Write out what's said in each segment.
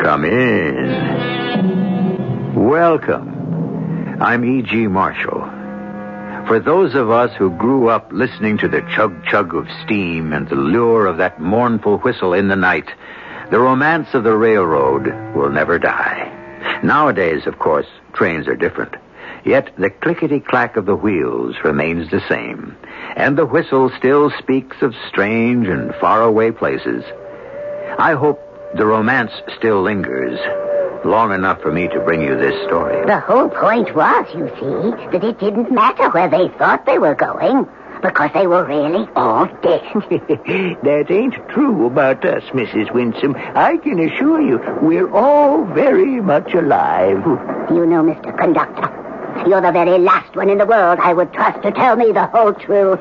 Come in. Welcome. I'm E.G. Marshall. For those of us who grew up listening to the chug chug of steam and the lure of that mournful whistle in the night, the romance of the railroad will never die. Nowadays, of course, trains are different. Yet the clickety clack of the wheels remains the same, and the whistle still speaks of strange and faraway places. I hope the romance still lingers long enough for me to bring you this story. The whole point was, you see, that it didn't matter where they thought they were going because they were really all dead. that ain't true about us, Mrs. Winsome. I can assure you, we're all very much alive. you know, Mr. Conductor, you're the very last one in the world I would trust to tell me the whole truth.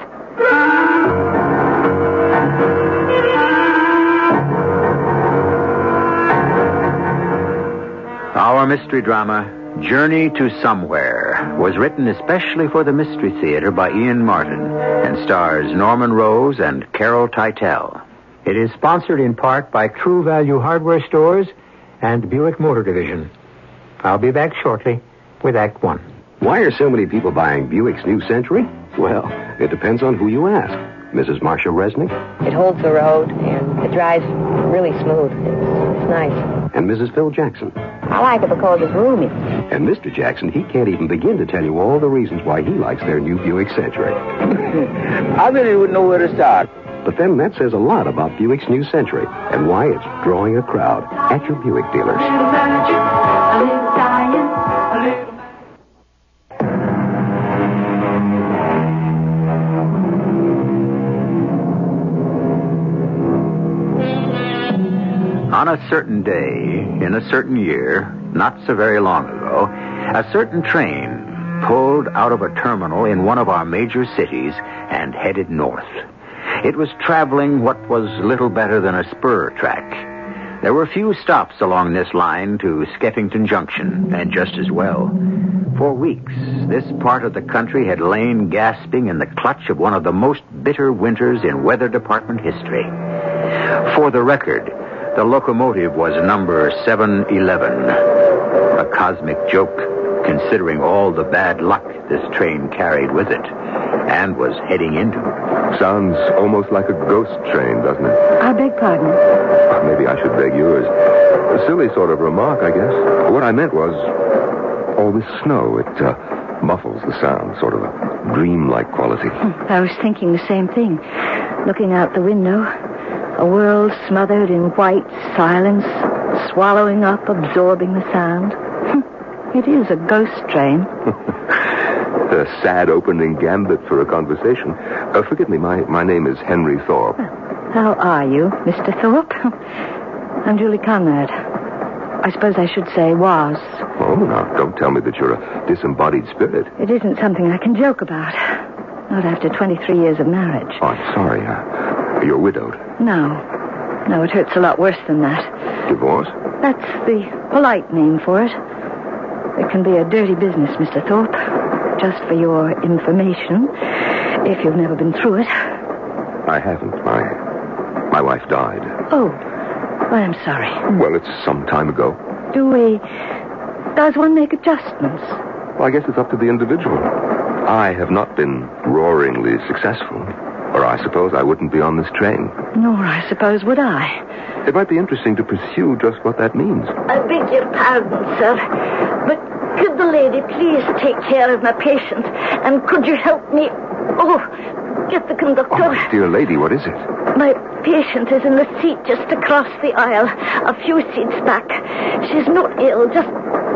Our mystery drama, Journey to Somewhere, was written especially for the Mystery Theater by Ian Martin and stars Norman Rose and Carol Titel. It is sponsored in part by True Value Hardware Stores and Buick Motor Division. I'll be back shortly with Act One. Why are so many people buying Buick's new Century? Well, it depends on who you ask. Mrs. Marcia Resnick It holds the road and it drives really smooth. It's, it's nice. and Mrs. Phil Jackson. I like it because it's roomy. And Mr. Jackson, he can't even begin to tell you all the reasons why he likes their new Buick Century. I really wouldn't know where to start. But then that says a lot about Buick's new Century and why it's drawing a crowd at your Buick dealers. On a certain day, in a certain year, not so very long ago, a certain train pulled out of a terminal in one of our major cities and headed north. It was traveling what was little better than a spur track. There were few stops along this line to Skeffington Junction, and just as well. For weeks, this part of the country had lain gasping in the clutch of one of the most bitter winters in weather department history. For the record, the locomotive was number 711. A cosmic joke, considering all the bad luck this train carried with it and was heading into. Sounds almost like a ghost train, doesn't it? I beg pardon. Maybe I should beg yours. A silly sort of remark, I guess. What I meant was all this snow, it uh, muffles the sound, sort of a dreamlike quality. Hmm. I was thinking the same thing. Looking out the window, a world smothered in white silence, swallowing up, absorbing the sound. It is a ghost train. A sad opening gambit for a conversation. Uh, forgive me, my, my name is Henry Thorpe. How are you, Mr. Thorpe? I'm Julie Conrad. I suppose I should say was. Oh, now, don't tell me that you're a disembodied spirit. It isn't something I can joke about. Not after 23 years of marriage. Oh, I'm sorry. Uh, you're widowed. No. No, it hurts a lot worse than that. Divorced? That's the polite name for it. It can be a dirty business, Mr. Thorpe. Just for your information, if you've never been through it. I haven't. My, my wife died. Oh, well, I'm sorry. Hmm. Well, it's some time ago. Do we. Does one make adjustments? Well, I guess it's up to the individual. I have not been roaringly successful, or I suppose I wouldn't be on this train. Nor, I suppose, would I. It might be interesting to pursue just what that means. I beg your pardon, sir. But could the lady please take care of my patient? And could you help me? Oh, get the conductor. Oh, dear lady, what is it? My patient is in the seat just across the aisle, a few seats back. She's not ill, just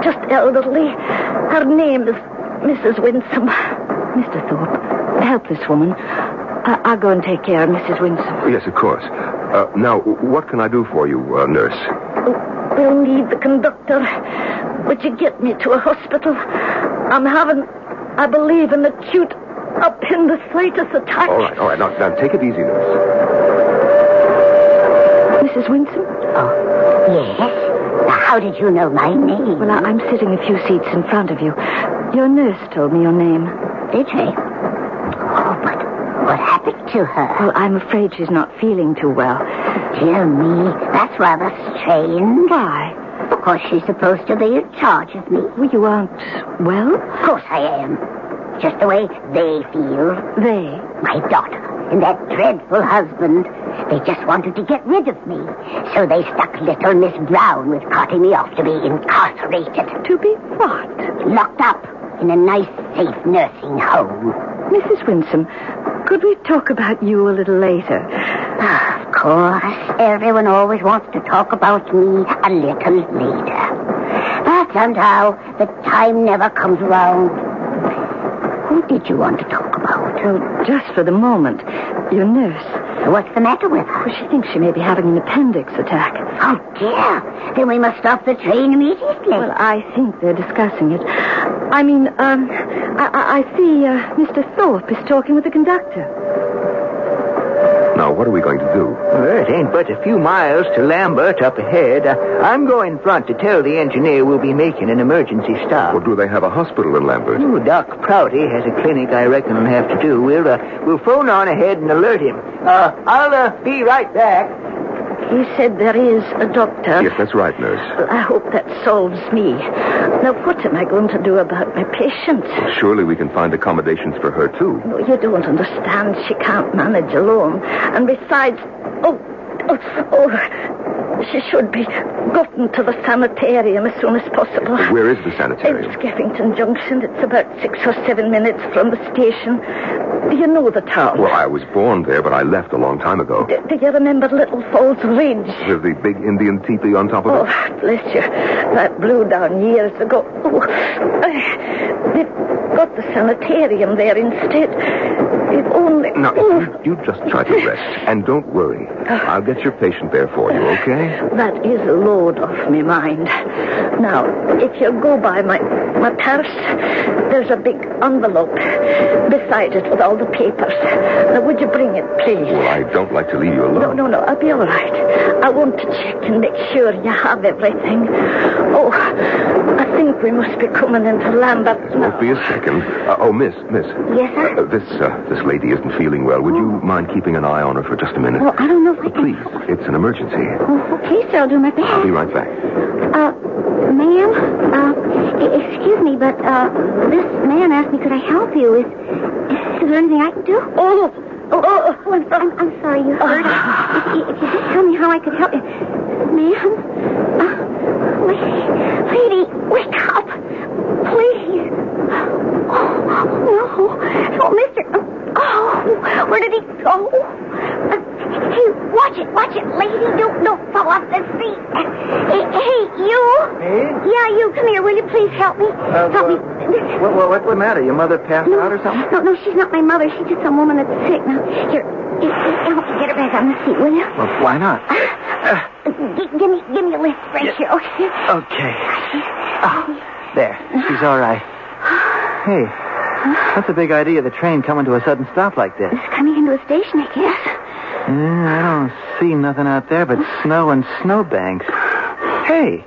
just elderly. Her name is Mrs. Winsome. Mr. Thorpe, help this woman. I- I'll go and take care of Mrs. Winsome. Oh, Yes, of course. Uh, now, what can I do for you, uh, nurse? We'll need the conductor. Would you get me to a hospital? I'm having, I believe, an acute appendicitis attack. All right, all right. Now, now take it easy, nurse. Mrs. Winsome? Yes? Now, how did you know my name? Well, I, I'm sitting a few seats in front of you. Your nurse told me your name. Did she? Oh, but what happened to her? Well, I'm afraid she's not feeling too well. Dear me, that's rather strange. Why? Because she's supposed to be in charge of me. Well, you aren't well? Of course I am. Just the way they feel. They. My daughter and that dreadful husband. They just wanted to get rid of me. So they stuck little Miss Brown with carting me off to be incarcerated. To be what? Locked up in a nice, safe nursing home. Mrs. Winsome, could we talk about you a little later? Ah, of course, everyone always wants to talk about me a little later. But somehow, the time never comes round. Who did you want to talk about? Oh, just for the moment. Your nurse. What's the matter with her? Well, she thinks she may be having an appendix attack. Oh, dear. Then we must stop the train immediately. Well, I think they're discussing it. I mean, um, I, I- I see uh, Mr. Thorpe is talking with the conductor. Now, what are we going to do? Well, it ain't but a few miles to Lambert up ahead. Uh, I'm going front to tell the engineer we'll be making an emergency stop. Well, do they have a hospital in Lambert? Oh, Doc Prouty has a clinic I reckon will have to do. We'll, uh, we'll phone on ahead and alert him. Uh, I'll uh, be right back. He said there is a doctor. Yes, that's right, nurse. Well, I hope that solves me. Now, what am I going to do about my patient? Surely we can find accommodations for her, too. No, you don't understand. She can't manage alone. And besides, oh, oh, oh, she should be gotten to the sanitarium as soon as possible. Where is the In sanitarium? Skeffington Junction. It's about six or seven minutes from the station. Do you know the town? Well, I was born there, but I left a long time ago. Do, do you remember Little Falls Ridge? There's the big Indian teepee on top Oh, of it. bless you. That blew down years ago. Oh, I, they've got the sanitarium there instead. If only... Now, Oh. you, you just try to rest, and don't worry. I'll get your patient there for you, okay? That is a load off me mind. Now, if you go by my my purse, there's a big envelope beside it with all the papers. Now, would you bring it, Well, please? I don't like to leave you No, alone. no, no. I'll be all right. I want to check and make sure you have everything. Oh, I think we must be coming into Lambert It won't now. be a second. Uh, oh, miss, miss. Yes, sir? Uh, this, uh, this lady isn't feeling well. Would you mind keeping an eye on her for just a minute? Well, I don't know if I can. Please, it's an emergency. Oh, okay, sir, I'll do my best. I'll be right back. Uh, ma'am, uh, e- excuse me, but, uh, this man asked me could I help you. Is, is there anything I can do? Oh, oh, oh, Oh, I'm, I'm, I'm sorry you hurt her. If, if you just tell me how I could help you. Ma'am? Uh, la- lady, wake up. Please. Oh, no. Oh, mister. Oh, where did he go? Uh, hey, watch it, watch it, lady. Don't, don't fall off the seat. Hey, hey, you. Me? Uh, Yeah, you. Come here. Will you please help me? help me. This- What, what, what's the matter? Your mother passed out or something? no, no, she's not my mother. She's just some woman that's sick. Now, here, you- you help me get her back on the seat, will you? Well, why not? G- give me, give me a lift right here, okay? Okay. Ah, there. She's all right. Hey, what's the big idea of the train coming to a sudden stop like this? It's coming into a station, I guess. Yeah, I don't see nothing out there but snow and snowbanks. Hey,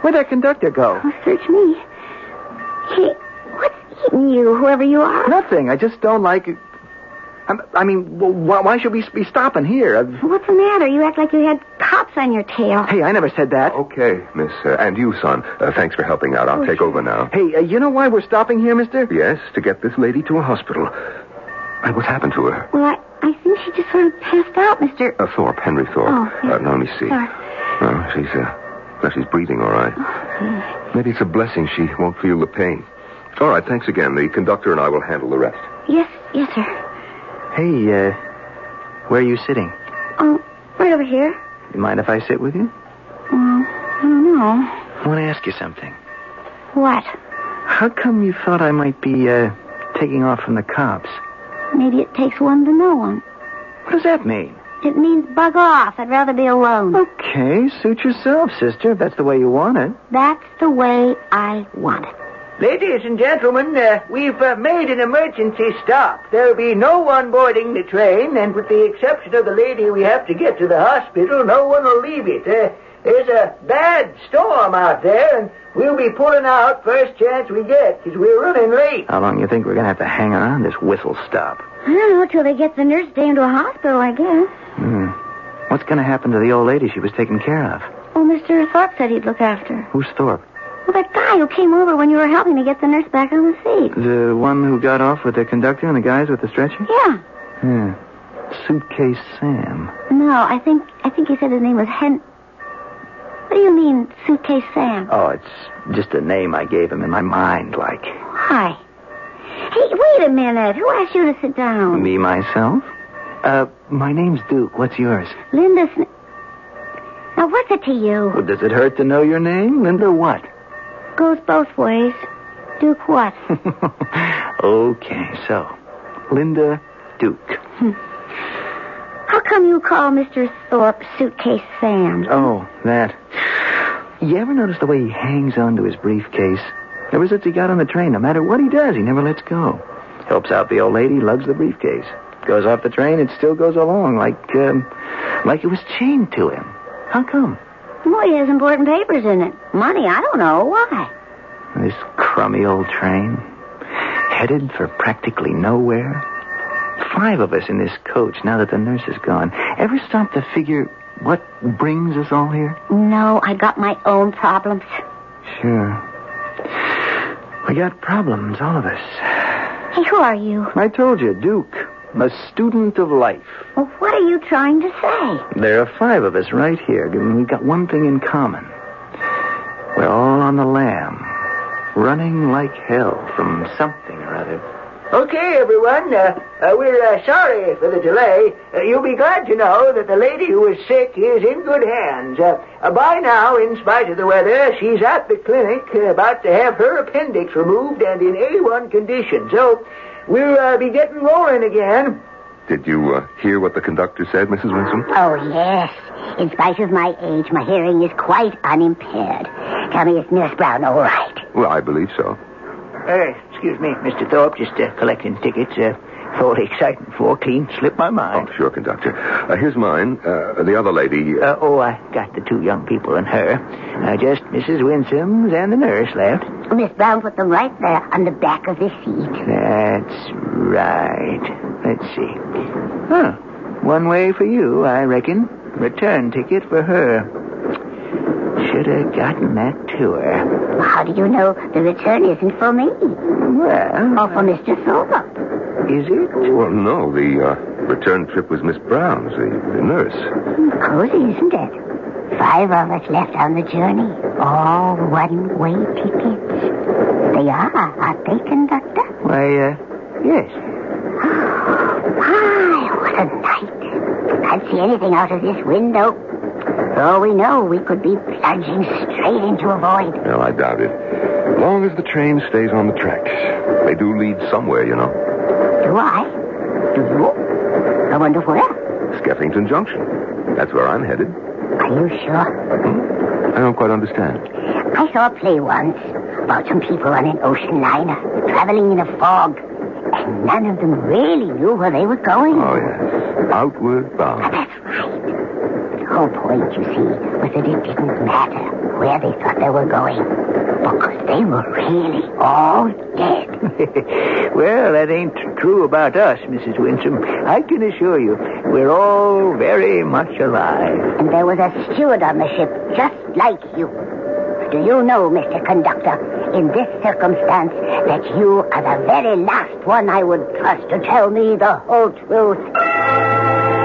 where'd that conductor go? Oh, search me. Hey, what's eating you, whoever you are? Nothing. I just don't like it. I'm, I mean, wh- why, why should we be stopping here? Uh, What's the matter? You act like you had cops on your tail. Hey, I never said that. Okay, miss. Uh, and you, son. Uh, thanks for helping out. I'll take over now. Hey, uh, you know why we're stopping here, mister? Yes, to get this lady to a hospital. And what's happened to her? Well, I, I think she just sort of passed out, Mr. Uh, Thorpe, Henry Thorpe. Oh, yes. uh, no, let me see. Sorry. Oh, Oh, she's, uh, well, she's breathing all right. Maybe it's a blessing she won't feel the pain. All right, thanks again. The conductor and I will handle the rest. Yes, yes, sir. Hey, uh, where are you sitting? Oh, right over here. You mind if I sit with you? Um, I don't know. I want to ask you something. What? How come you thought I might be uh, taking off from the cops? Maybe it takes one to know one. What does that mean? It means bug off. I'd rather be alone. Okay, suit yourself, sister, if that's the way you want it. That's the way I want it. Ladies and gentlemen, uh, we've uh, made an emergency stop. There'll be no one boarding the train, and with the exception of the lady we have to get to the hospital, no one will leave it. Uh, there's a bad storm out there, and we'll be pulling out first chance we get, 'cause we're running late. How long do you think we're going to have to hang around this whistle stop? I don't know till they get the nurse down to a hospital, I guess. Hmm. What's going to happen to the old lady she was taken care of? Oh, Mr. Thorpe said he'd look after her. Who's Thorpe? Well, that guy who came over when you were helping to get the nurse back on the seat. The one who got off with the conductor and the guys with the stretcher? Yeah. Yeah. Hmm. Suitcase Sam. No, I think I think he said his name was Hen. What do you mean, suitcase Sam? Oh, it's just a name I gave him in my mind, like. Why? Hey, wait a minute. Who asked you to sit down? Me, myself? Uh, my name's Duke. What's yours? Linda. Sn- now, what's it to you? Well, does it hurt to know your name? Linda what? Goes both ways. Duke what? okay, so. Linda Duke. How come you call Mr. Thorpe Suitcase Sam? Oh, that. You ever notice the way he hangs on to his briefcase? Ever since he got on the train, no matter what he does, he never lets go. Helps out the old lady, lugs the briefcase. Goes off the train, it still goes along like, um, like it was chained to him. How come? Well, he has important papers in it. Money, I don't know. Why? This crummy old train, headed for practically nowhere. Five of us in this coach now that the nurse is gone. Ever stop to figure what brings us all here? No, I got my own problems. Sure. We got problems, all of us. Hey, who are you? I told you, Duke, a student of life. Well, what are you trying to say? There are five of us right here, and we've got one thing in common. We're all on the lam, running like hell from something or other. Okay, everyone, uh, uh, we're uh, sorry for the delay. Uh, you'll be glad to know that the lady who was sick is in good hands. Uh, uh, by now, in spite of the weather, she's at the clinic uh, about to have her appendix removed and in A1 condition. So we'll uh, be getting rolling again. Did you uh, hear what the conductor said, Mrs. Winsome? Oh, yes. In spite of my age, my hearing is quite unimpaired. Tell me, is Nurse Brown all right? Well, I believe so. Uh, excuse me, Mr. Thorpe, just uh, collecting tickets. Uh, all the exciting for clean slipped my Oh, mind. sure, conductor. Uh, here's mine. Uh, the other lady. Uh, oh, I got the two young people and her. Uh, just Mrs. Winsome's and the nurse left. Miss Brown put them right there on the back of the seat. That's right. Let's see. Huh. One way for you, I reckon. Return ticket for her. Should have gotten that to her. How Uh, do you know the return isn't for me? Or Well, for Mr. Thorpe? is it? well, no, the uh, return trip was Miss Brown's, the, the nurse. Cozy, isn't it? Five of us left on the journey. All one-way tickets. They are, aren't they, Conductor? Why, uh, yes. My, Ah, what a night. Can't see anything out of this window. For all we know, we could be plunging straight into a void. Well, I doubt it. As long as the train stays on the tracks, they do lead somewhere, you know. Do I? Do you? I wonder where. Skeffington Junction. That's where I'm headed. Are you sure? I don't quite understand. I saw a play once about some people on an ocean liner traveling in a fog, and none of them really knew where they were going. Oh, yes. Outward bound. That's right. The whole point, you see, was that it didn't matter where they thought they were going, because they were really all dead. well, that ain't true about us, Mrs. Winsome. I can assure you, we're all very much alive. and there was a steward on the ship just like you. Do you know, Mr. Conductor, in this circumstance, that you are the very last one I would trust to tell me the whole truth?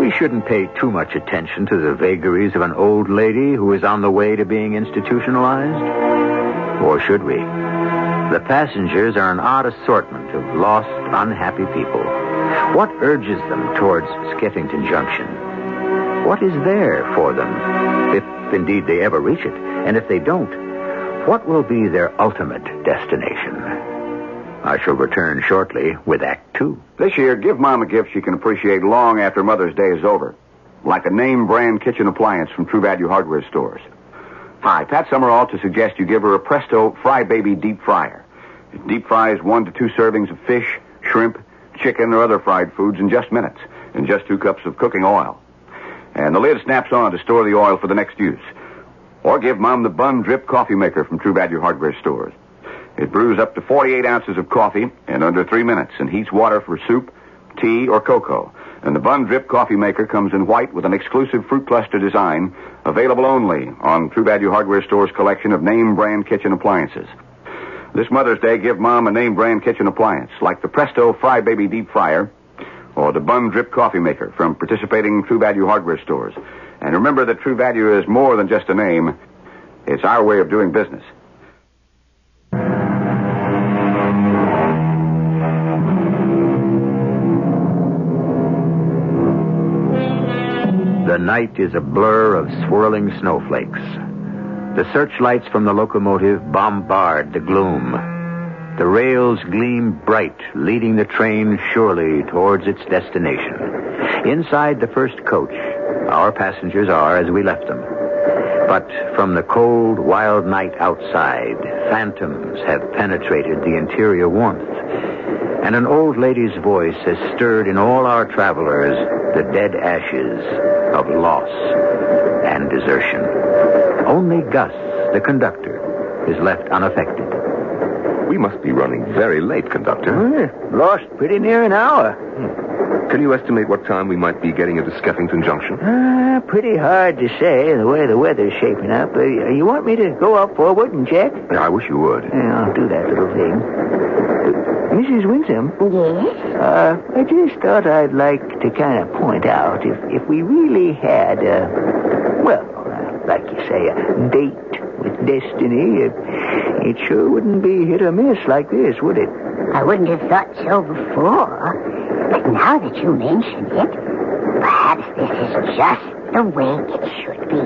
We shouldn't pay too much attention to the vagaries of an old lady who is on the way to being institutionalized. Or should we? The passengers are an odd assortment of lost, unhappy people. What urges them towards Skeffington Junction? What is there for them, if indeed they ever reach it? And if they don't, what will be their ultimate destination? I shall return shortly with Act Two. This year, give Mom a gift she can appreciate long after Mother's Day is over. Like a name brand kitchen appliance from True Value Hardware stores. Hi, Pat Summerall to suggest you give her a Presto Fry Baby Deep Fryer. It deep fries one to two servings of fish, shrimp, chicken, or other fried foods in just minutes, in just two cups of cooking oil. And the lid snaps on to store the oil for the next use. Or give Mom the Bun Drip Coffee Maker from True Value Hardware stores. It brews up to 48 ounces of coffee in under three minutes and heats water for soup, tea, or cocoa. And the Bun Drip Coffee Maker comes in white with an exclusive fruit cluster design available only on True Value Hardware Store's collection of name brand kitchen appliances. This Mother's Day, give Mom a name brand kitchen appliance like the Presto Fry Baby Deep Fryer or the Bun Drip Coffee Maker from participating True Value Hardware stores. And remember that True Value is more than just a name. It's our way of doing business. The night is a blur of swirling snowflakes. The searchlights from the locomotive bombard the gloom. The rails gleam bright, leading the train surely towards its destination. Inside the first coach, our passengers are as we left them. But from the cold, wild night outside, phantoms have penetrated the interior warmth and an old lady's voice has stirred in all our travelers the dead ashes of loss and desertion. Only Gus, the conductor, is left unaffected. We must be running very late, conductor. Hmm, Lost pretty near an hour. Can you estimate what time we might be getting into Skeffington Junction? Uh, pretty hard to say the way the weather's shaping up. Uh, you want me to go up forward and check? I wish you would. Yeah, I'll do that little thing. Uh, Mrs. Winsome, Yes? uh, I just thought I'd like to kind of point out if, if we really had, uh, well, uh, like you say, a date with destiny, it, it sure wouldn't be hit or miss like this, would it? I wouldn't have thought so before. But now that you mention it, perhaps this is just the way it should be.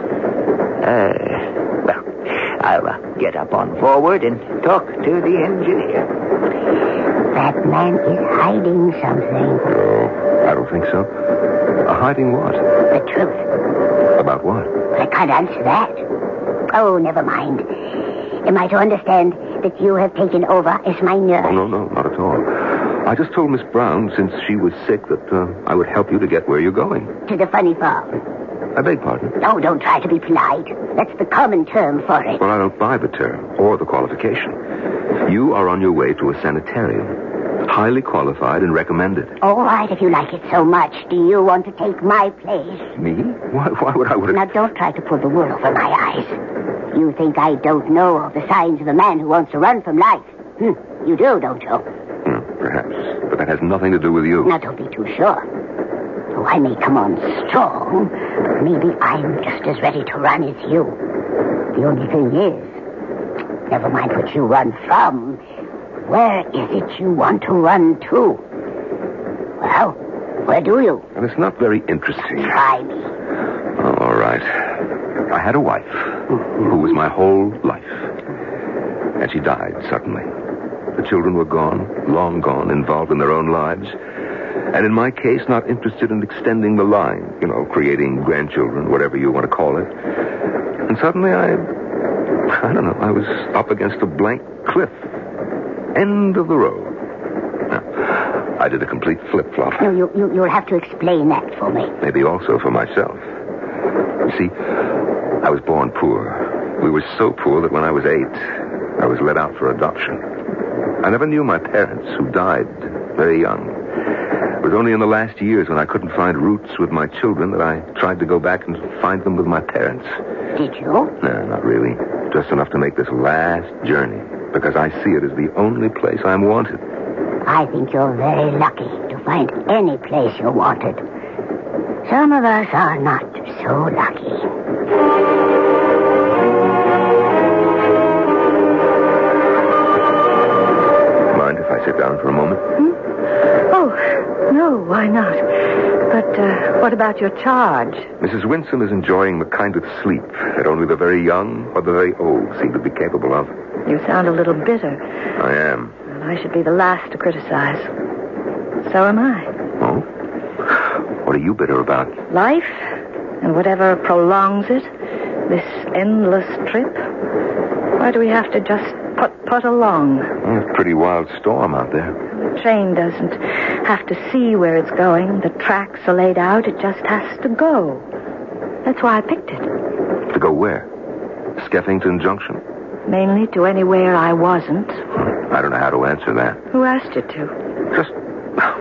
Uh, well, I'll uh, get up on forward and talk to the engineer. That man is hiding something. Oh, I don't think so. Uh, hiding what? The truth. About what? But I can't answer that. Oh, never mind. Am I to understand that you have taken over as my Oh, nurse? no, no, not at all. I just told Miss Brown, since she was sick, that uh, I would help you to get where you're going. To the funny farm. I beg pardon? Oh, don't try to be polite. That's the common term for it. Well, I don't buy the term or the qualification. You are on your way to a sanitarium. Highly qualified and recommended. All right, if you like it so much, do you want to take my place? Me? Why, why would I would Now, don't try to pull the wool over my eyes. You think I don't know of the signs of a man who wants to run from life. Hmm. You do, don't you? Hmm, Perhaps. But that has nothing to do with you. Now, don't be too sure. Oh, I may come on strong, but maybe I'm just as ready to run as you. The only thing is, never mind what you run from. Where is it you want to run to? Well, where do you? And it's not very interesting. Try me. Oh, all right. I had a wife who was my whole life. And she died suddenly. The children were gone, long gone, involved in their own lives. And in my case, not interested in extending the line, you know, creating grandchildren, whatever you want to call it. And suddenly I. I don't know, I was up against a blank cliff. End of the road. Now, I did a complete flip flop No, you, you, you'll have to explain that for me. maybe also for myself. You see, I was born poor. We were so poor that when I was eight, I was let out for adoption. I never knew my parents, who died very young. It was only in the last years when I couldn't find roots with my children that I tried to go back and find them with my parents. Did you? No, not really. Just enough to make this last journey, because I see it as the only place I'm wanted. I think you're very lucky to find any place you wanted. Some of us are not so lucky. Mind if I sit down for a moment? Oh, no, why not? But uh, what about your charge? Mrs. Winsome is enjoying the kind of sleep that only the very young or the very old seem to be capable of. You sound a little bitter. I am. Well, I should be the last to criticize. So am I. Oh? What are you bitter about? Life, and whatever prolongs it, this endless trip. Why do we have to just put put along? Well, It's a pretty wild storm out there. The train doesn't have to see where it's going. The tracks are laid out. It just has to go. That's why I picked it. To go where? Skeffington Junction. Mainly to anywhere I wasn't. I don't know how to answer that. Who asked you to? Just,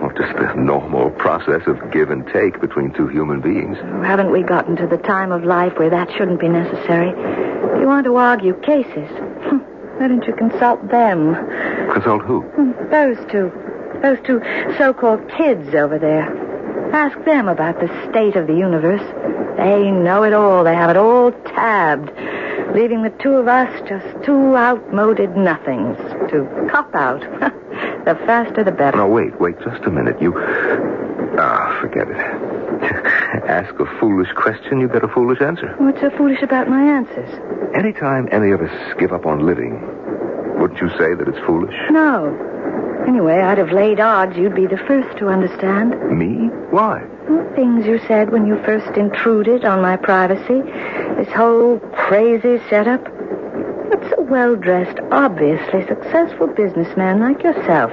well, just the normal process of give and take between two human beings. Haven't we gotten to the time of life where that shouldn't be necessary? If you want to argue cases, hmm, why don't you consult them? Consult who? Those two. Those two so called kids over there. Ask them about the state of the universe. They know it all. They have it all tabbed, leaving the two of us just two outmoded nothings to cop out. the faster the better. No, wait, wait, just a minute. You, ah, forget it. Ask a foolish question, you get a foolish answer. What's so foolish about my answers? Anytime any of us give up on living, wouldn't you say that it's foolish? No. Anyway, I'd have laid odds you'd be the first to understand. Me? Why? Well, Things you said when you first intruded on my privacy. This whole crazy setup. What's a well dressed, obviously successful businessman like yourself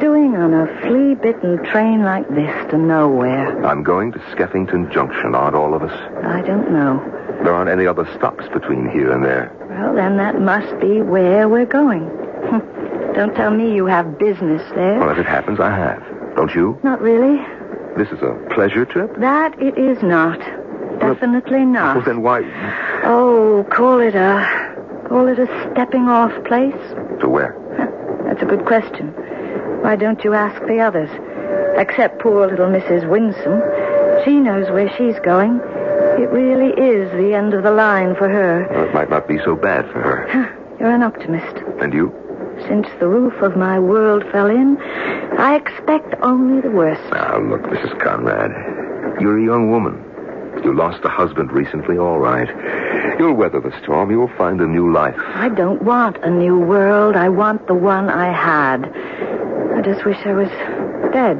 doing on a flea bitten train like this to nowhere? I'm going to Skeffington Junction, aren't all of us? I don't know. There aren't any other stops between here and there. Well, then that must be where we're going. don't tell me you have business Well, there. if it happens, I have. Don't you? Not really. This is a pleasure trip? That it is not. Definitely not. Well, then why? Oh, call it a call it a stepping off place? To where? That's a good question. Why don't you ask the others? Except poor little Mrs. Winsome. She knows where she's going. It really is the end of the line for her. Well, it might not be so bad for her. You're an optimist. And you? Since the roof of my world fell in, I expect only the worst. Now, look, Mrs. Conrad, you're a young woman. You lost a husband recently, all right. You'll weather the storm. You'll find a new life. I don't want a new world. I want the one I had. I just wish I was dead,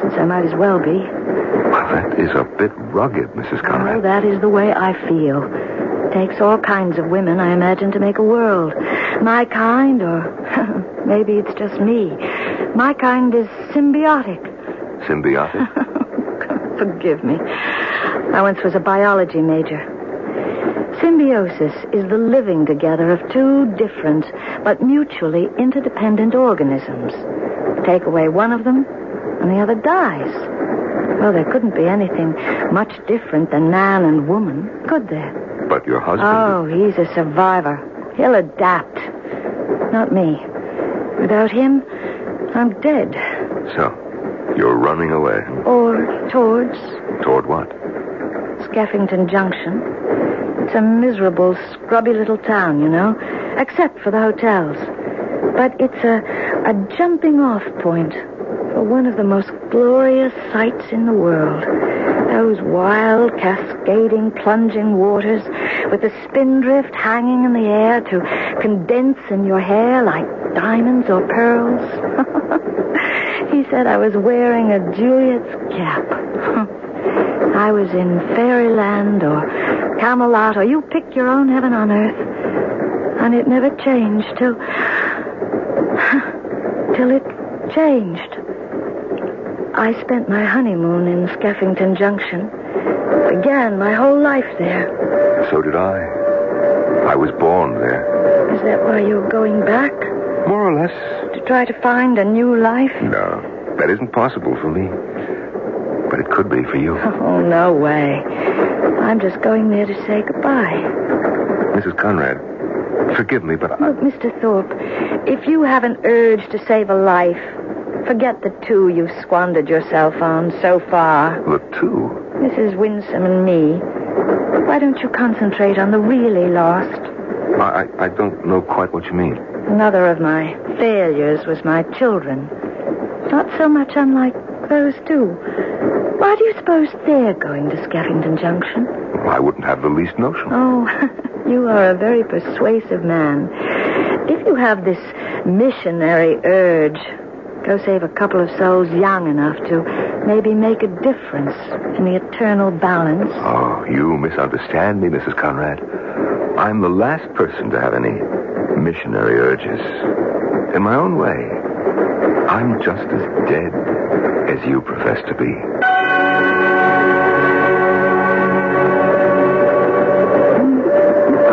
since I might as well be. Well, that is a bit rugged, Mrs. Well, Conrad. that is the way I feel. Takes all kinds of women, I imagine, to make a world. My kind, or maybe it's just me. My kind is symbiotic. Symbiotic? Forgive me. I once was a biology major. Symbiosis is the living together of two different but mutually interdependent organisms. Take away one of them, and the other dies. Well, there couldn't be anything much different than man and woman, could there? but your husband. Oh, he's a survivor. He'll adapt. Not me. Without him, I'm dead. So, you're running away. Or towards Toward what? Skeffington Junction. It's a miserable, scrubby little town, you know, except for the hotels. But it's a, a jumping off point for one of the most glorious sights in the world. Those wild, cascading, plunging waters with the spindrift hanging in the air to condense in your hair like diamonds or pearls. he said I was wearing a Juliet's cap. I was in fairyland or Camelot or you pick your own heaven on earth. And it never changed till. till it changed. I spent my honeymoon in Skeffington Junction. Began my whole life there. So did I. I was born there. Is that why you're going back? More or less. To try to find a new life? No, that isn't possible for me. But it could be for you. Oh, no way. I'm just going there to say goodbye. Mrs. Conrad, forgive me, but I. Look, Mr. Thorpe, if you have an urge to save a life, forget the two you've squandered yourself on so far, The two. Mrs. Winsome and me. Why don't you concentrate on the really lost? I, I, I don't know quite what you mean. Another of my failures was my children. Not so much unlike those two. Why do you suppose they're going to Skeffington Junction? I wouldn't have the least notion. Oh, you are a very persuasive man. If you have this missionary urge, go save a couple of souls young enough to maybe make a difference in the eternal balance. Oh, you misunderstand me, Mrs. Conrad. I'm the last person to have any missionary urges. In my own way, I'm just as dead as you profess to be.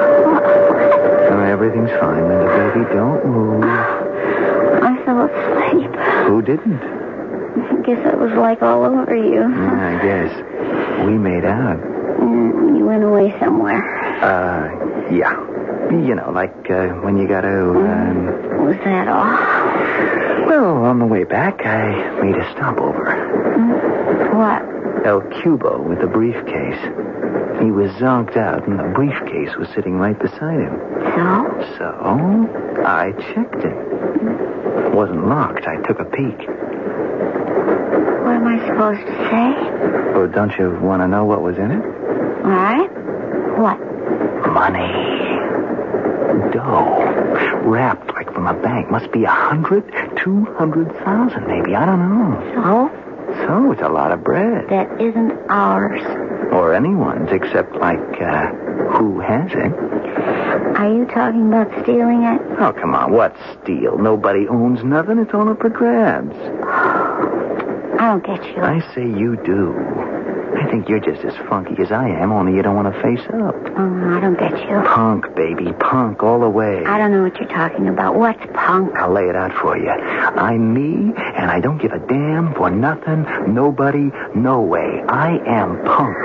Oh, everything's fine, Linda, baby. Don't move. I fell asleep. Who didn't? I guess I was like all over you. Yeah, I guess. We made out. And Mm, you went away somewhere. Uh, yeah. You know, like uh, when you gotta. Um... Was that all? Well, on the way back, I made a stopover. What? El Cubo with a briefcase. He was zonked out, and the briefcase was sitting right beside him. So? So I checked it. Wasn't locked. I took a peek. What am I supposed to say? Oh, don't you want to know what was in it? All right. What? Money. Dough. Wrapped like from a bank. Must be a hundred, two hundred thousand, maybe. I don't know. So? So it's a lot of bread. That isn't ours. Or anyone's, except like, uh, who has it? Are you talking about stealing it? Oh, come on. What's steal? Nobody owns nothing. It's all up for grabs. I don't get you. I say you do. I think you're just as funky as I am, only you don't want to face up. Uh, Oh, I don't get you. Punk, baby, punk all the way. I don't know what you're talking about. What's punk? I'll lay it out for you. I'm me, and I don't give a damn for nothing, nobody, no way. I am punk.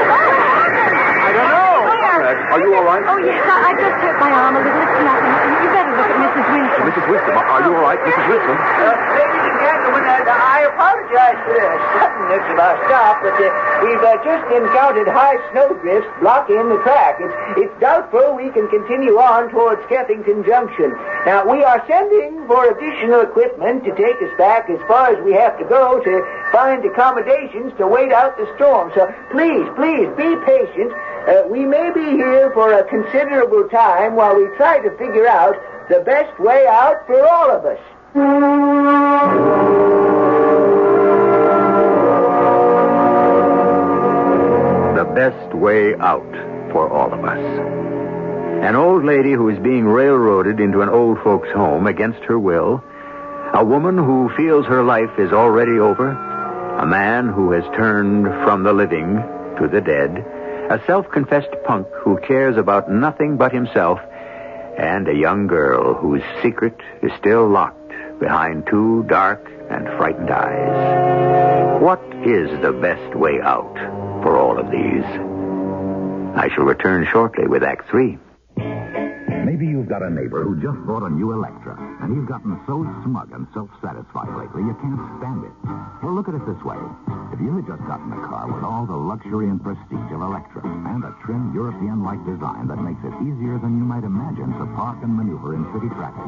I don't know. Conrad, are you all right? Oh, yes, I, I just hurt my arm a little. It's nothing. You better look at Mrs. Winston. Mrs. Wisdom, are you all right? Mrs. Wisdom? Uh, ladies and gentlemen, uh, I apologize for the suddenness of our stop, but uh, we've uh, just encountered high snowdrifts blocking the track. It's, it's doubtful we can continue on towards Keffington Junction. Now, we are sending for additional equipment to take us back as far as we have to go to find accommodations to wait out the storm. So please, please, be patient. Uh, we may be here for a considerable time while we try to figure out the best way out for all of us. The best way out for all of us. An old lady who is being railroaded into an old folks' home against her will. A woman who feels her life is already over. A man who has turned from the living to the dead. A self confessed punk who cares about nothing but himself. And a young girl whose secret is still locked behind two dark and frightened eyes. What is the best way out for all of these? I shall return shortly with Act Three. Maybe you've got a neighbor who just bought a new Electra, and he's gotten so smug and self-satisfied lately you can't stand it. Well, look at it this way. If you had just gotten a car with all the luxury and prestige of Electra, and a trim European-like design that makes it easier than you might imagine to park and maneuver in city traffic,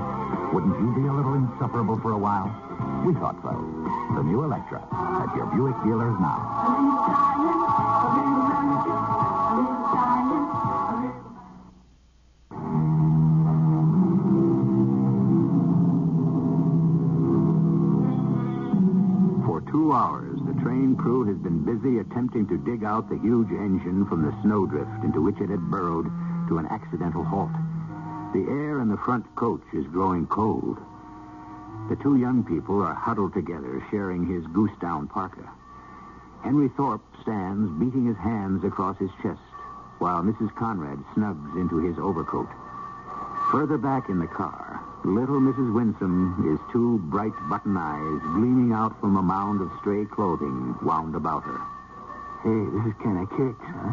wouldn't you be a little insufferable for a while? We thought so. The new Electra, at your Buick dealers now. For two hours, the train crew has been busy attempting to dig out the huge engine from the snowdrift into which it had burrowed to an accidental halt. The air in the front coach is growing cold. The two young people are huddled together, sharing his goose down parka. Henry Thorpe stands, beating his hands across his chest, while Mrs. Conrad snugs into his overcoat. Further back in the car, little Mrs. Winsome is two bright button eyes gleaming out from a mound of stray clothing wound about her. Hey, this is kind of kicks, huh?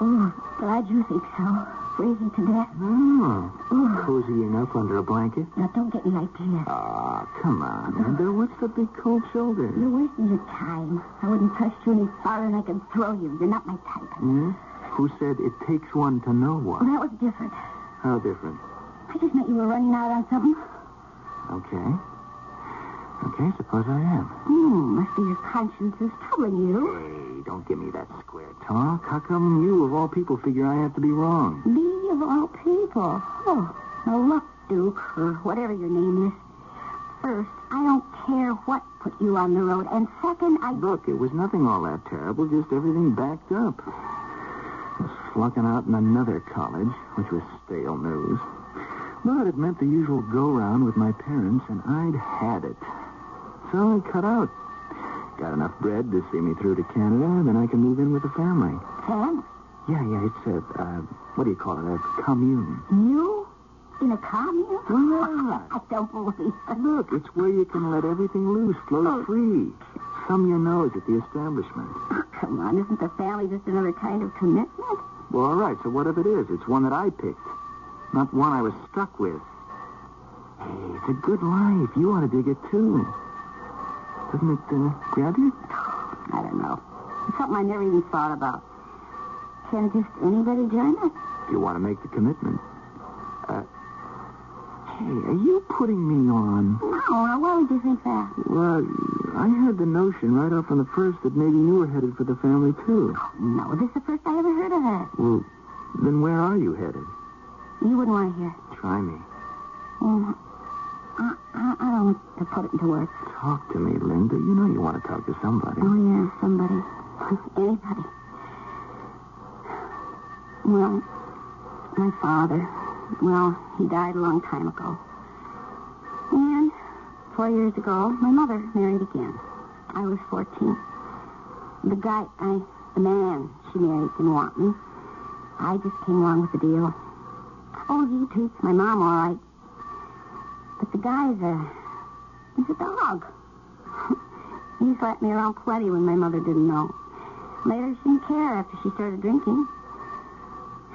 Oh, glad you think so. Freezing to death. Oh, cozy enough under a blanket. Now, don't get me ideas. Ah, come on, Amber. What's the big cold shoulder? You're wasting your time. I wouldn't trust you any farther than I can throw you. You're not my type. Hmm? Who said it takes one to know Well, one? that was different. How different. I just meant you were running out on something. Okay. Okay, suppose I am. Hmm, must be your conscience is troubling you. Hey, don't give me that square talk. How come you, of all people, figure I have to be wrong? Be You of all people. Oh, now look, Duke, or whatever your name is. First, I don't care what put you on the road. And second, I... Look, it was nothing all that terrible, just everything backed up. I was flunking out in another college, which was stale news. But it meant the usual go-round with my parents, and I'd had it. So I cut out. Got enough bread to see me through to Canada, and then I can move in with the family. Family? Yeah, yeah, it's a, uh, what do you call it, a commune. You? In a commune? Well, I don't believe it. Look, it's where you can let everything loose, flow free. Thumb your nose at the establishment. Oh, come on, isn't the family just another kind of commitment? Well, all right, so what if it is? It's one that I picked, not one I was stuck with. Hey, it's a good life. You ought to dig it, too. Doesn't it uh, grab you? I don't know. It's something I never even thought about. Can just anybody join us? If you want to make the commitment. Uh, hey, are you putting me on? No, now why would you think that? Well, I had the notion right off from the first that maybe you were headed for the family, too. No, this is the first I ever heard of that. Well, then where are you headed? You wouldn't want to hear. Try me. Um, I, I, I don't want to put it into words. Talk to me, Linda. You know you want to talk to somebody. Oh, yeah, somebody. Anybody. Well, my father, well, he died a long time ago. And four years ago, my mother married again. I was 14. The guy, I, the man she married didn't want me. I just came along with the deal. Oh, he treats my mom all right. But the guy's a, he's a dog. He slapped me around plenty when my mother didn't know. Later, she didn't care after she started drinking.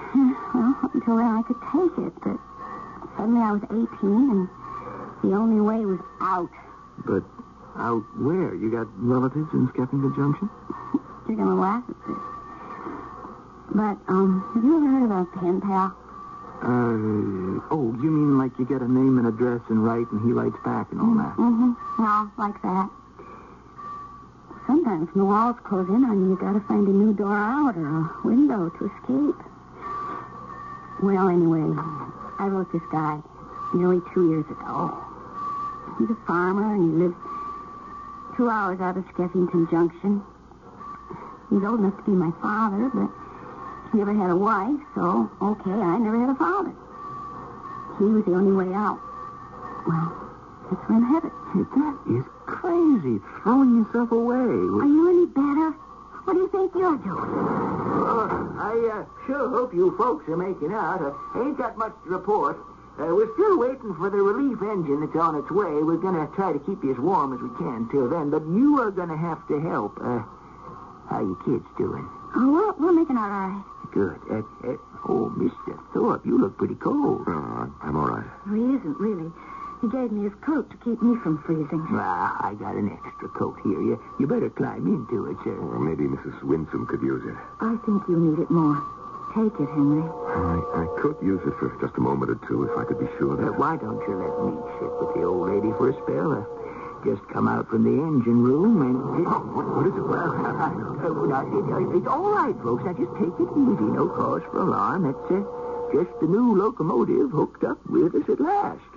Uh, Well, up until then, I could take it, but suddenly I was 18, and the only way was out. But out where? You got relatives in Skeffington Junction? You're going to laugh at this. But, um, have you ever heard of a pen pal? Uh, oh, you mean like you get a name and address and write and he writes back and all that? Mm-hmm. Well, like that. Sometimes when the walls close in on you, you gotta find a new door out or a window to escape. Well, anyway, I wrote this guy nearly two years ago. He's a farmer and he lives two hours out of Skeffington Junction. He's old enough to be my father, but he never had a wife, so okay, I never had a father. He was the only way out. Well, that's where I'm headed. Hey, that is crazy, throwing yourself away. Are you any better? What do you think you're doing? Oh, I uh, sure hope you folks are making out. I ain't got much to report. Uh, we're still waiting for the relief engine that's on its way. We're going to try to keep you as warm as we can till then, but you are going to have to help. Uh, how you kids doing? Oh, we're, we're making all right. Good. Uh, uh, oh, Mr. Thorpe, you look pretty cold. Oh, I'm all right. He isn't, really. He gave me his coat to keep me from freezing. Ah, I got an extra coat here. You, you better climb into it, sir. Or maybe Mrs. Winsome could use it. I think you need it more. Take it, Henry. I, I could use it for just a moment or two if I could be sure Uh, that... why don't you let me sit with the old lady for a spell? Uh, just come out from the engine room and... Oh, what is it? Well, uh, uh, now, it, uh, it's all right, folks. Now, just take it easy. No cause for alarm. That's uh, just the new locomotive hooked up with us at last.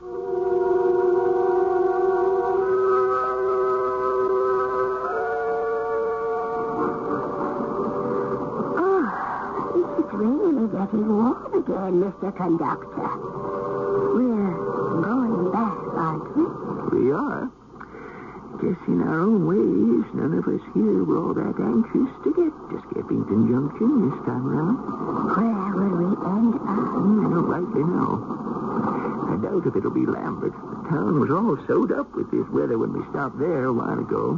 It's really getting warm again, Mr. Conductor. We're going back, aren't we? We are. Just in our own ways, none of us here were all that anxious to get to Skeffington Junction this time around. Where will we end up? Hmm, I don't rightly know. I doubt if it'll be Lambert. The town was all sewed up with this weather when we stopped there a while ago.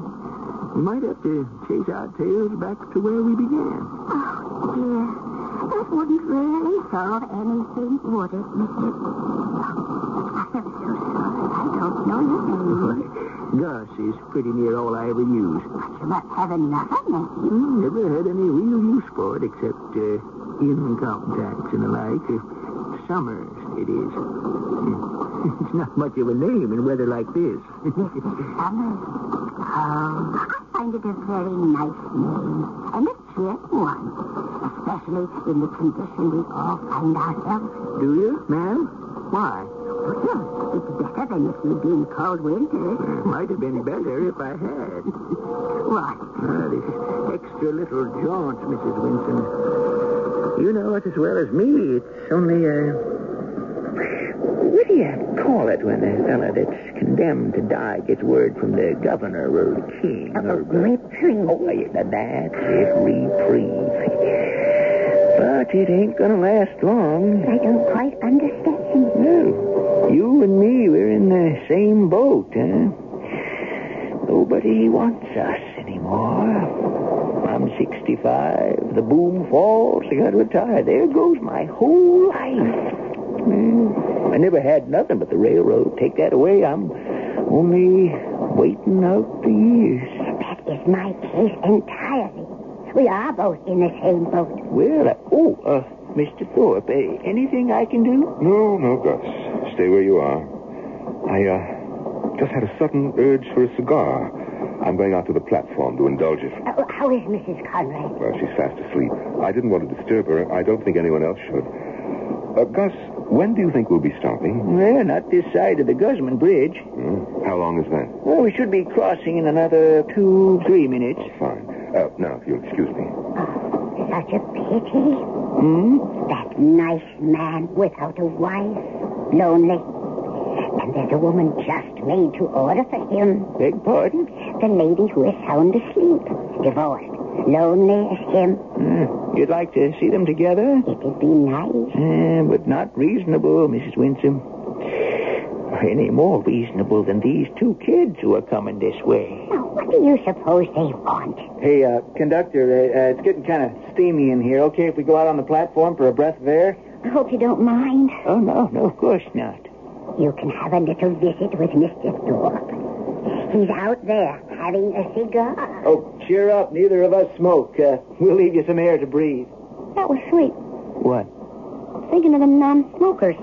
We might have to chase our tails back to where we began. Oh, dear. That wouldn't really solve anything, would it, Mr. I'm so sorry. I don't know your name. Oh, Gosh is pretty near all I ever use. You must have another name. Hmm, Never had any real use for it except uh, income tax and the like. Uh, Summers, it is. Hmm. It's not much of a name in weather like this. Summers. Oh, I find it a very nice name. And it's get one, especially in the condition we all find ourselves. Do you, ma'am? Why? Well, it's better than if you'd been cold winter. Might have been better if I had. what? Ah, this extra little jaunt, Mrs. Winston. You know it as well as me. It's only a. What do you call it when a fellow that's condemned to die gets word from the governor or the king? Oh, or... reprieve. Oh, yeah, that's it, reprieve. But it ain't going to last long. I don't quite understand. No. You and me, we're in the same boat, huh? Nobody wants us anymore. I'm 65. The boom falls. I got to retire. There goes my whole life. Mm, I never had nothing but the railroad. Take that away. I'm only waiting out the years. That is my case entirely. We are both in the same boat. Well, uh, oh, uh, Mr. Thorpe, uh, anything I can do? No, no, Gus. Stay where you are. I, uh, just had a sudden urge for a cigar. I'm going out to the platform to indulge it. Uh, how is Mrs. Conrad? Well, she's fast asleep. I didn't want to disturb her. I don't think anyone else should. Uh, Gus, when do you think we'll be stopping? Well, not this side of the Guzman Bridge. Hmm? How long is that? Well, we should be crossing in another two, three minutes. Fine. Uh, now, if you'll excuse me. Such a pity. Hmm? That nice man without a wife, lonely. And there's a woman just made to order for him. Beg pardon? The lady who is sound asleep, divorced, lonely as him. Uh, you'd like to see them together? It'd be nice. Uh, but not reasonable, Mrs. Winsome. Any more reasonable than these two kids who are coming this way. Now, what do you suppose they want? Hey, uh, conductor, uh, uh, it's getting kind of steamy in here. Okay if we go out on the platform for a breath of air? I hope you don't mind. Oh, no, no, of course not. You can have a little visit with Mr. Thorpe. He's out there having a cigar. Oh, cheer up. Neither of us smoke. Uh, we'll leave you some air to breathe. That was sweet. What? Thinking of the non-smokers.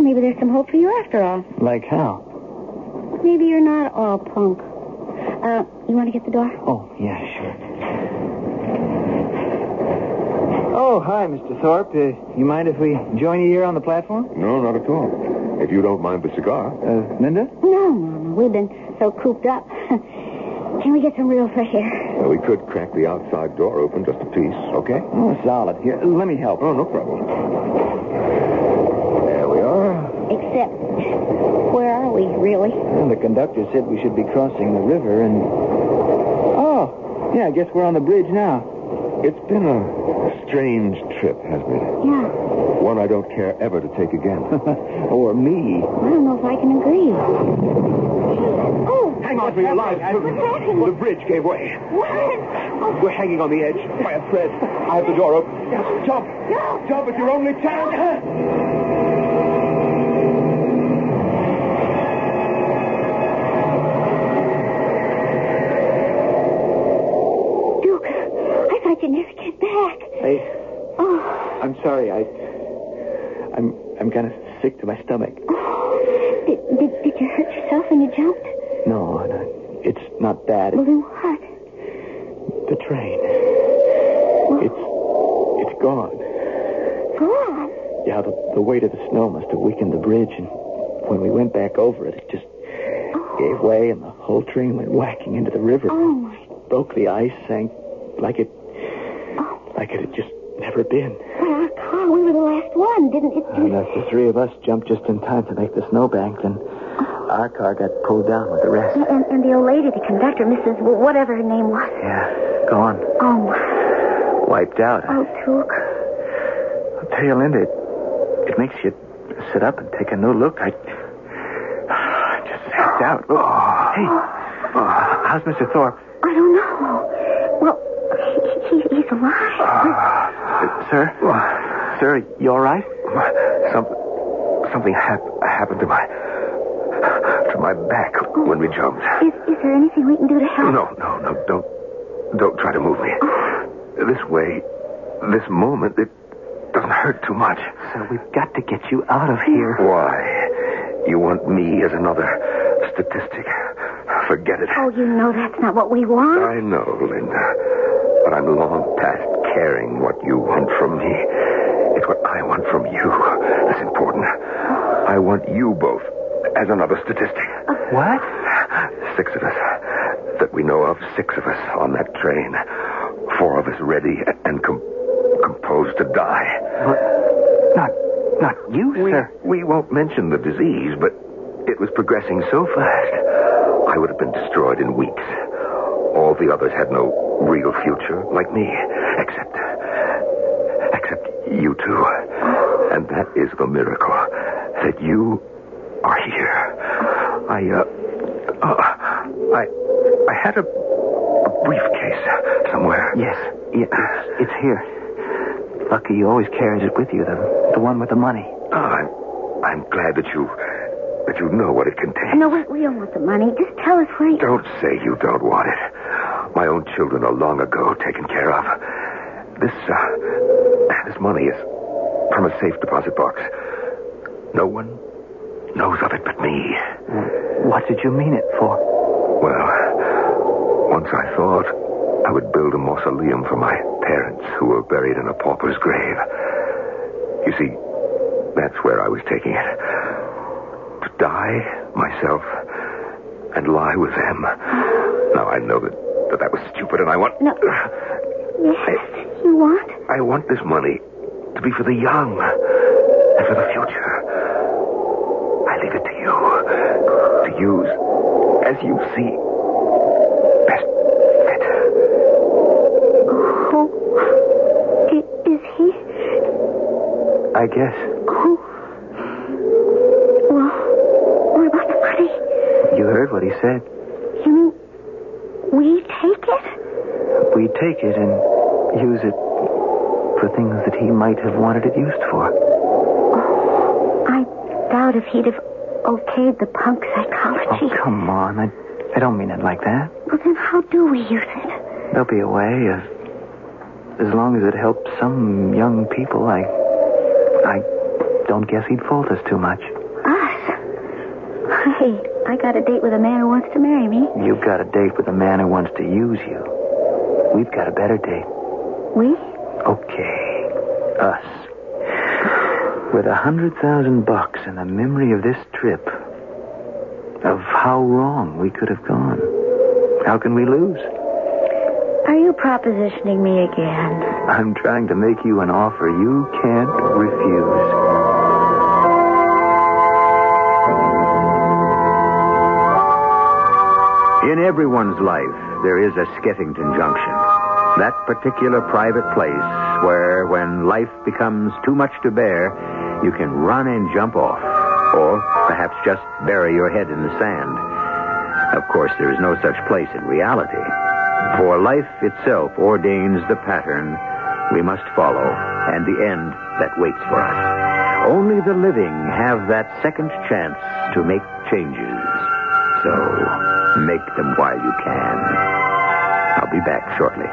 Maybe there's some hope for you after all. Like how? Maybe you're not all punk. Uh, you want to get the door? Oh, yeah, sure. Oh, hi, Mr. Thorpe. Uh, you mind if we join you here on the platform? No, not at all. If you don't mind the cigar. Uh, Linda? No, Mama. We've been so cooped up. Can we get some real fresh air? Well, we could crack the outside door open just a piece, okay? Oh, solid. Here, let me help. Oh, no problem. There we are. Except, where are we, really? Well, the conductor said we should be crossing the river and... Oh, yeah, I guess we're on the bridge now. It's been a strange trip, hasn't it? Yeah. One I don't care ever to take again. or me. I don't know if I can agree. Oh, Hang on for your lives. The bridge gave way. what? We're hanging on the edge by a thread. I have the door open. Jump! Jump! It's your only chance! Duke, I thought you'd never get back. I, Oh, I'm sorry. I, I'm, I'm kind of sick to my stomach. oh. Did, did, did you hurt yourself when you jumped? No, no it's not that. Well, then what? The train. It's, it's gone. God. Yeah, the, the weight of the snow must have weakened the bridge, and when we went back over it, it just gave way, and the whole train went whacking into the river. Oh, my. Broke the ice, sank like it, like it had just never been. Well, our car, we were the last one, didn't it? And as the three of us jumped just in time to make the snowbank, then our car got pulled down with the rest. And, and the old lady, the conductor, Mrs. w- whatever her name was. Yeah, gone. Oh, my. Wiped out. Oh, Duke. I'll tell you, Linda, it, it makes you sit up and take a new look. I, I just act out. Look. Hey, how's Mr. Thorpe? I don't know. Well, he, he, he's alive. Uh, sir? Sir, you all right? Some, something hap- happened to my to my back when we jumped. Is, is there anything we can do to help? No, no, no, don't don't try to move me. This way, this moment, it doesn't hurt too much. Sir, we've got to get you out of here. Why? You want me as another statistic? Forget it. Oh, you know that's not what we want. I know, Linda. But I'm long past caring what you want from me. It's what I want from you that's important. I want you both as another statistic. What? Six of us that we know of, six of us on that train. Four of us ready and com- composed to die. But not, not you, we, sir. We won't mention the disease, but it was progressing so fast. I would have been destroyed in weeks. All the others had no real future, like me, except. except you two. And that is the miracle that you are here. I, uh. uh I. I had a, a briefcase somewhere. Yes, yes, it's here. Lucky you always carries it with you, the, the one with the money. Oh, I'm, I'm glad that you that you know what it contains. No, we, we don't want the money. Just tell us where you... Don't say you don't want it. My own children are long ago taken care of. This uh, this money is from a safe deposit box. No one knows of it but me. What did you mean it for? Well, once I thought I would build a mausoleum for my parents who were buried in a pauper's grave. You see, that's where I was taking it to die myself and lie with them. Now I know that that, that was stupid, and I want. No. Yes, you want? I want this money to be for the young and for the future. I leave it to you to use as you see best fit. Who i- is he? I guess. Who? Well, what about the money? You heard what he said. You mean we take it? We take it and use it for things that he might have wanted it used for. I doubt if he'd have okayed the punk psychology. Oh, come on. I, I don't mean it like that. Well, then how do we use it? There'll be a way. As, as long as it helps some young people, I, I don't guess he'd fault us too much. Us? Hey, I got a date with a man who wants to marry me. You've got a date with a man who wants to use you. We've got a better date. We? Okay. Us. With a hundred thousand bucks and the memory of this trip, of how wrong we could have gone. How can we lose? Are you propositioning me again? I'm trying to make you an offer you can't refuse. In everyone's life, there is a Skeffington Junction. That particular private place where, when life becomes too much to bear, you can run and jump off, or perhaps just bury your head in the sand. Of course, there is no such place in reality, for life itself ordains the pattern we must follow and the end that waits for us. Only the living have that second chance to make changes. So make them while you can. I'll be back shortly.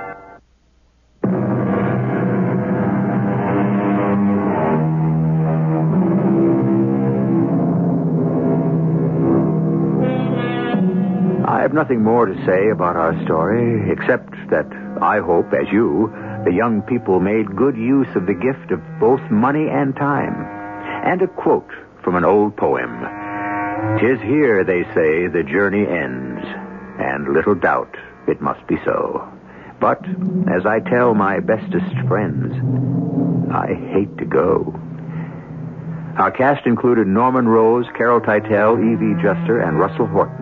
I have nothing more to say about our story, except that I hope, as you, the young people made good use of the gift of both money and time. And a quote from an old poem. Tis here, they say, the journey ends, and little doubt it must be so. But, as I tell my bestest friends, I hate to go. Our cast included Norman Rose, Carol Titel, Evie Juster, and Russell Horton.